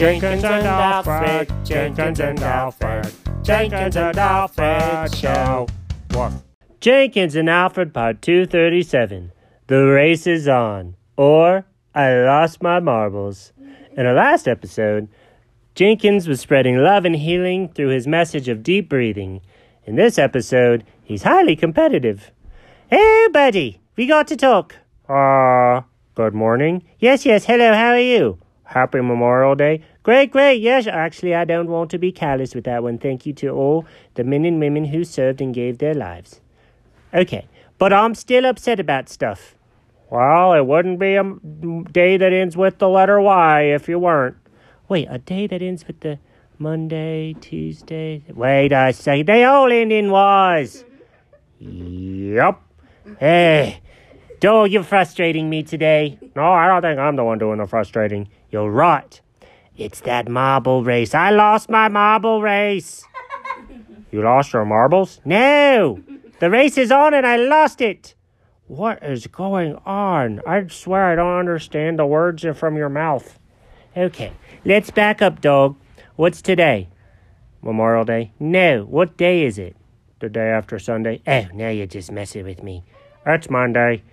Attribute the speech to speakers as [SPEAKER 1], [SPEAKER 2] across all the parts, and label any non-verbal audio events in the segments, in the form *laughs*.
[SPEAKER 1] Jenkins and Alfred, Jenkins and Alfred, Jenkins and Alfred Show. What? Jenkins and Alfred, Part 237. The race is on, or I lost my marbles. In our last episode, Jenkins was spreading love and healing through his message of deep breathing. In this episode, he's highly competitive. Hey, buddy, we got to talk. Ah, good morning. Yes, yes, hello, how are you? Happy Memorial Day. Great, great, yes. Actually, I don't want to be callous with that one. Thank you to all the men and women who served and gave their lives. Okay, but I'm still upset about stuff. Well, it wouldn't be a m- day that ends with the letter Y if you weren't. Wait, a day that ends with the Monday, Tuesday. Wait a second. They all end in Y's. Yep. Hey, Joel, you're frustrating me today. No, I don't think I'm the one doing the frustrating. You're right. It's that marble race. I lost my marble race. You lost your marbles? No! The race is on and I lost it! What is going on? I swear I don't understand the words from your mouth. Okay, let's back up, dog. What's today? Memorial Day? No, what day is it? The day after Sunday? Oh, now you're just messing with me. It's Monday.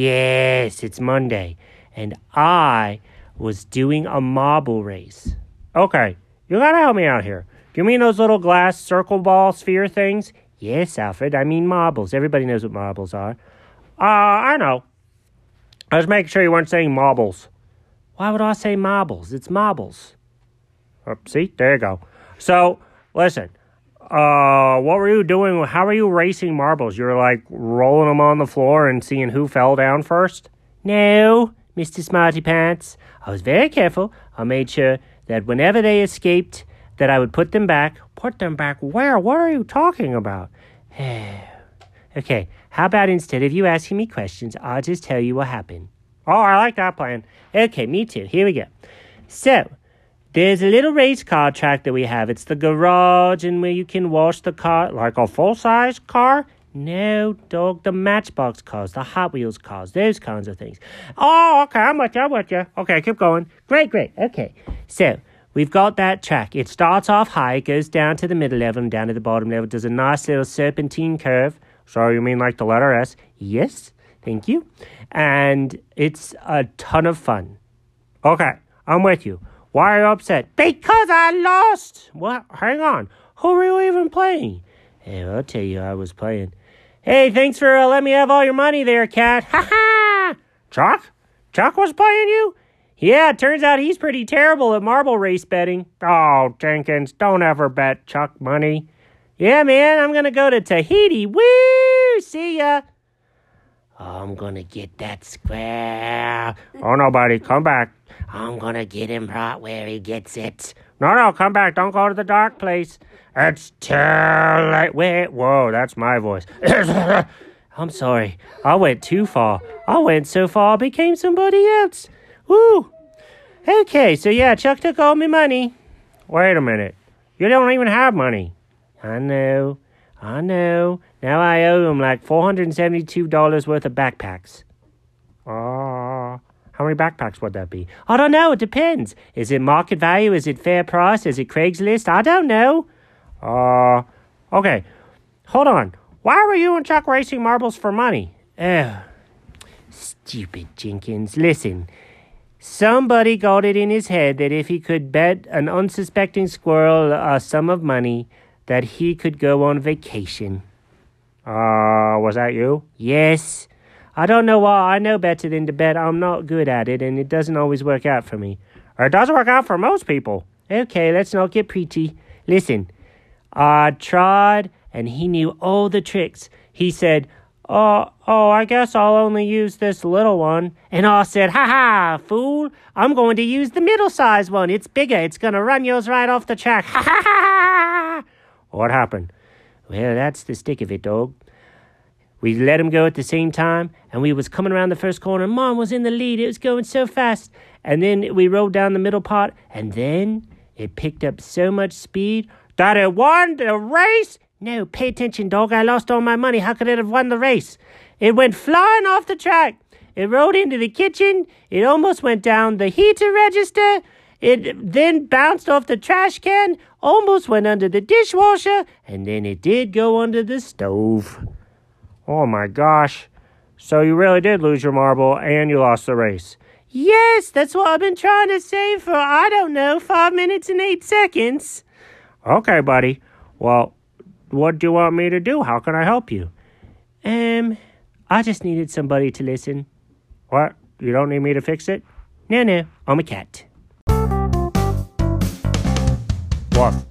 [SPEAKER 1] Yes, it's Monday. And I was doing a marble race. Okay, you gotta help me out here. Do you mean those little glass circle ball sphere things? Yes, Alfred, I mean marbles. Everybody knows what marbles are. Uh, I know. I was making sure you weren't saying marbles. Why would I say marbles? It's marbles. Oh, see, there you go. So, listen. Uh, what were you doing? How were you racing marbles? You were like rolling them on the floor and seeing who fell down first? No, Mr. Smarty Pants. I was very careful. I made sure that whenever they escaped, that I would put them back. Put them back where? What are you talking about? *sighs* Okay, how about instead of you asking me questions, I'll just tell you what happened. Oh, I like that plan. Okay, me too. Here we go. So, there's a little race car track that we have. It's the garage and where you can wash the car like a full size car. No, dog, the Matchbox cars, the Hot Wheels cars, those kinds of things. Oh, okay, I'm with you, I'm with you. Okay, keep going. Great, great. Okay, so we've got that track. It starts off high, it goes down to the middle level and down to the bottom level, does a nice little serpentine curve. So you mean like the letter S? Yes, thank you. And it's a ton of fun. Okay, I'm with you. Why are you upset? Because I lost. What? Hang on. Who were you even playing? Hey, I'll tell you, I was playing. Hey, thanks for uh, letting me have all your money there, cat. Ha ha! Chuck? Chuck was playing you? Yeah, turns out he's pretty terrible at marble race betting. Oh, Jenkins, don't ever bet Chuck money. Yeah, man, I'm gonna go to Tahiti. Woo! See ya. I'm gonna get that square. Oh, nobody, come back. I'm gonna get him right where he gets it. No, no, come back. Don't go to the dark place. It's too late. Wait, whoa, that's my voice. *coughs* I'm sorry. I went too far. I went so far I became somebody else. Woo! Okay, so yeah, Chuck took all my money. Wait a minute. You don't even have money. I know. I know. Now I owe him like $472 worth of backpacks. Ah. How many backpacks would that be? I don't know. It depends. Is it market value? Is it fair price? Is it Craigslist? I don't know. Uh, okay. Hold on. Why were you and Chuck racing marbles for money? Oh, stupid Jenkins. Listen. Somebody got it in his head that if he could bet an unsuspecting squirrel uh, a sum of money, that he could go on vacation. Uh, was that you? Yes. I don't know why I know better than to bet. I'm not good at it, and it doesn't always work out for me. Or it doesn't work out for most people. Okay, let's not get preachy. Listen, I tried, and he knew all the tricks. He said, Oh, oh, I guess I'll only use this little one. And I said, Ha ha, fool, I'm going to use the middle sized one. It's bigger. It's going to run yours right off the track. *laughs* Ha ha ha ha. What happened? Well, that's the stick of it, dog. We let him go at the same time, and we was coming around the first corner. Mom was in the lead; it was going so fast. And then we rolled down the middle part, and then it picked up so much speed that it won the race. No, pay attention, dog. I lost all my money. How could it have won the race? It went flying off the track. It rolled into the kitchen. It almost went down the heater register. It then bounced off the trash can, almost went under the dishwasher, and then it did go under the stove. Oh my gosh. So you really did lose your marble and you lost the race. Yes, that's what I've been trying to say for, I don't know, five minutes and eight seconds. Okay, buddy. Well, what do you want me to do? How can I help you? Um, I just needed somebody to listen. What? You don't need me to fix it? No, no, I'm a cat. What?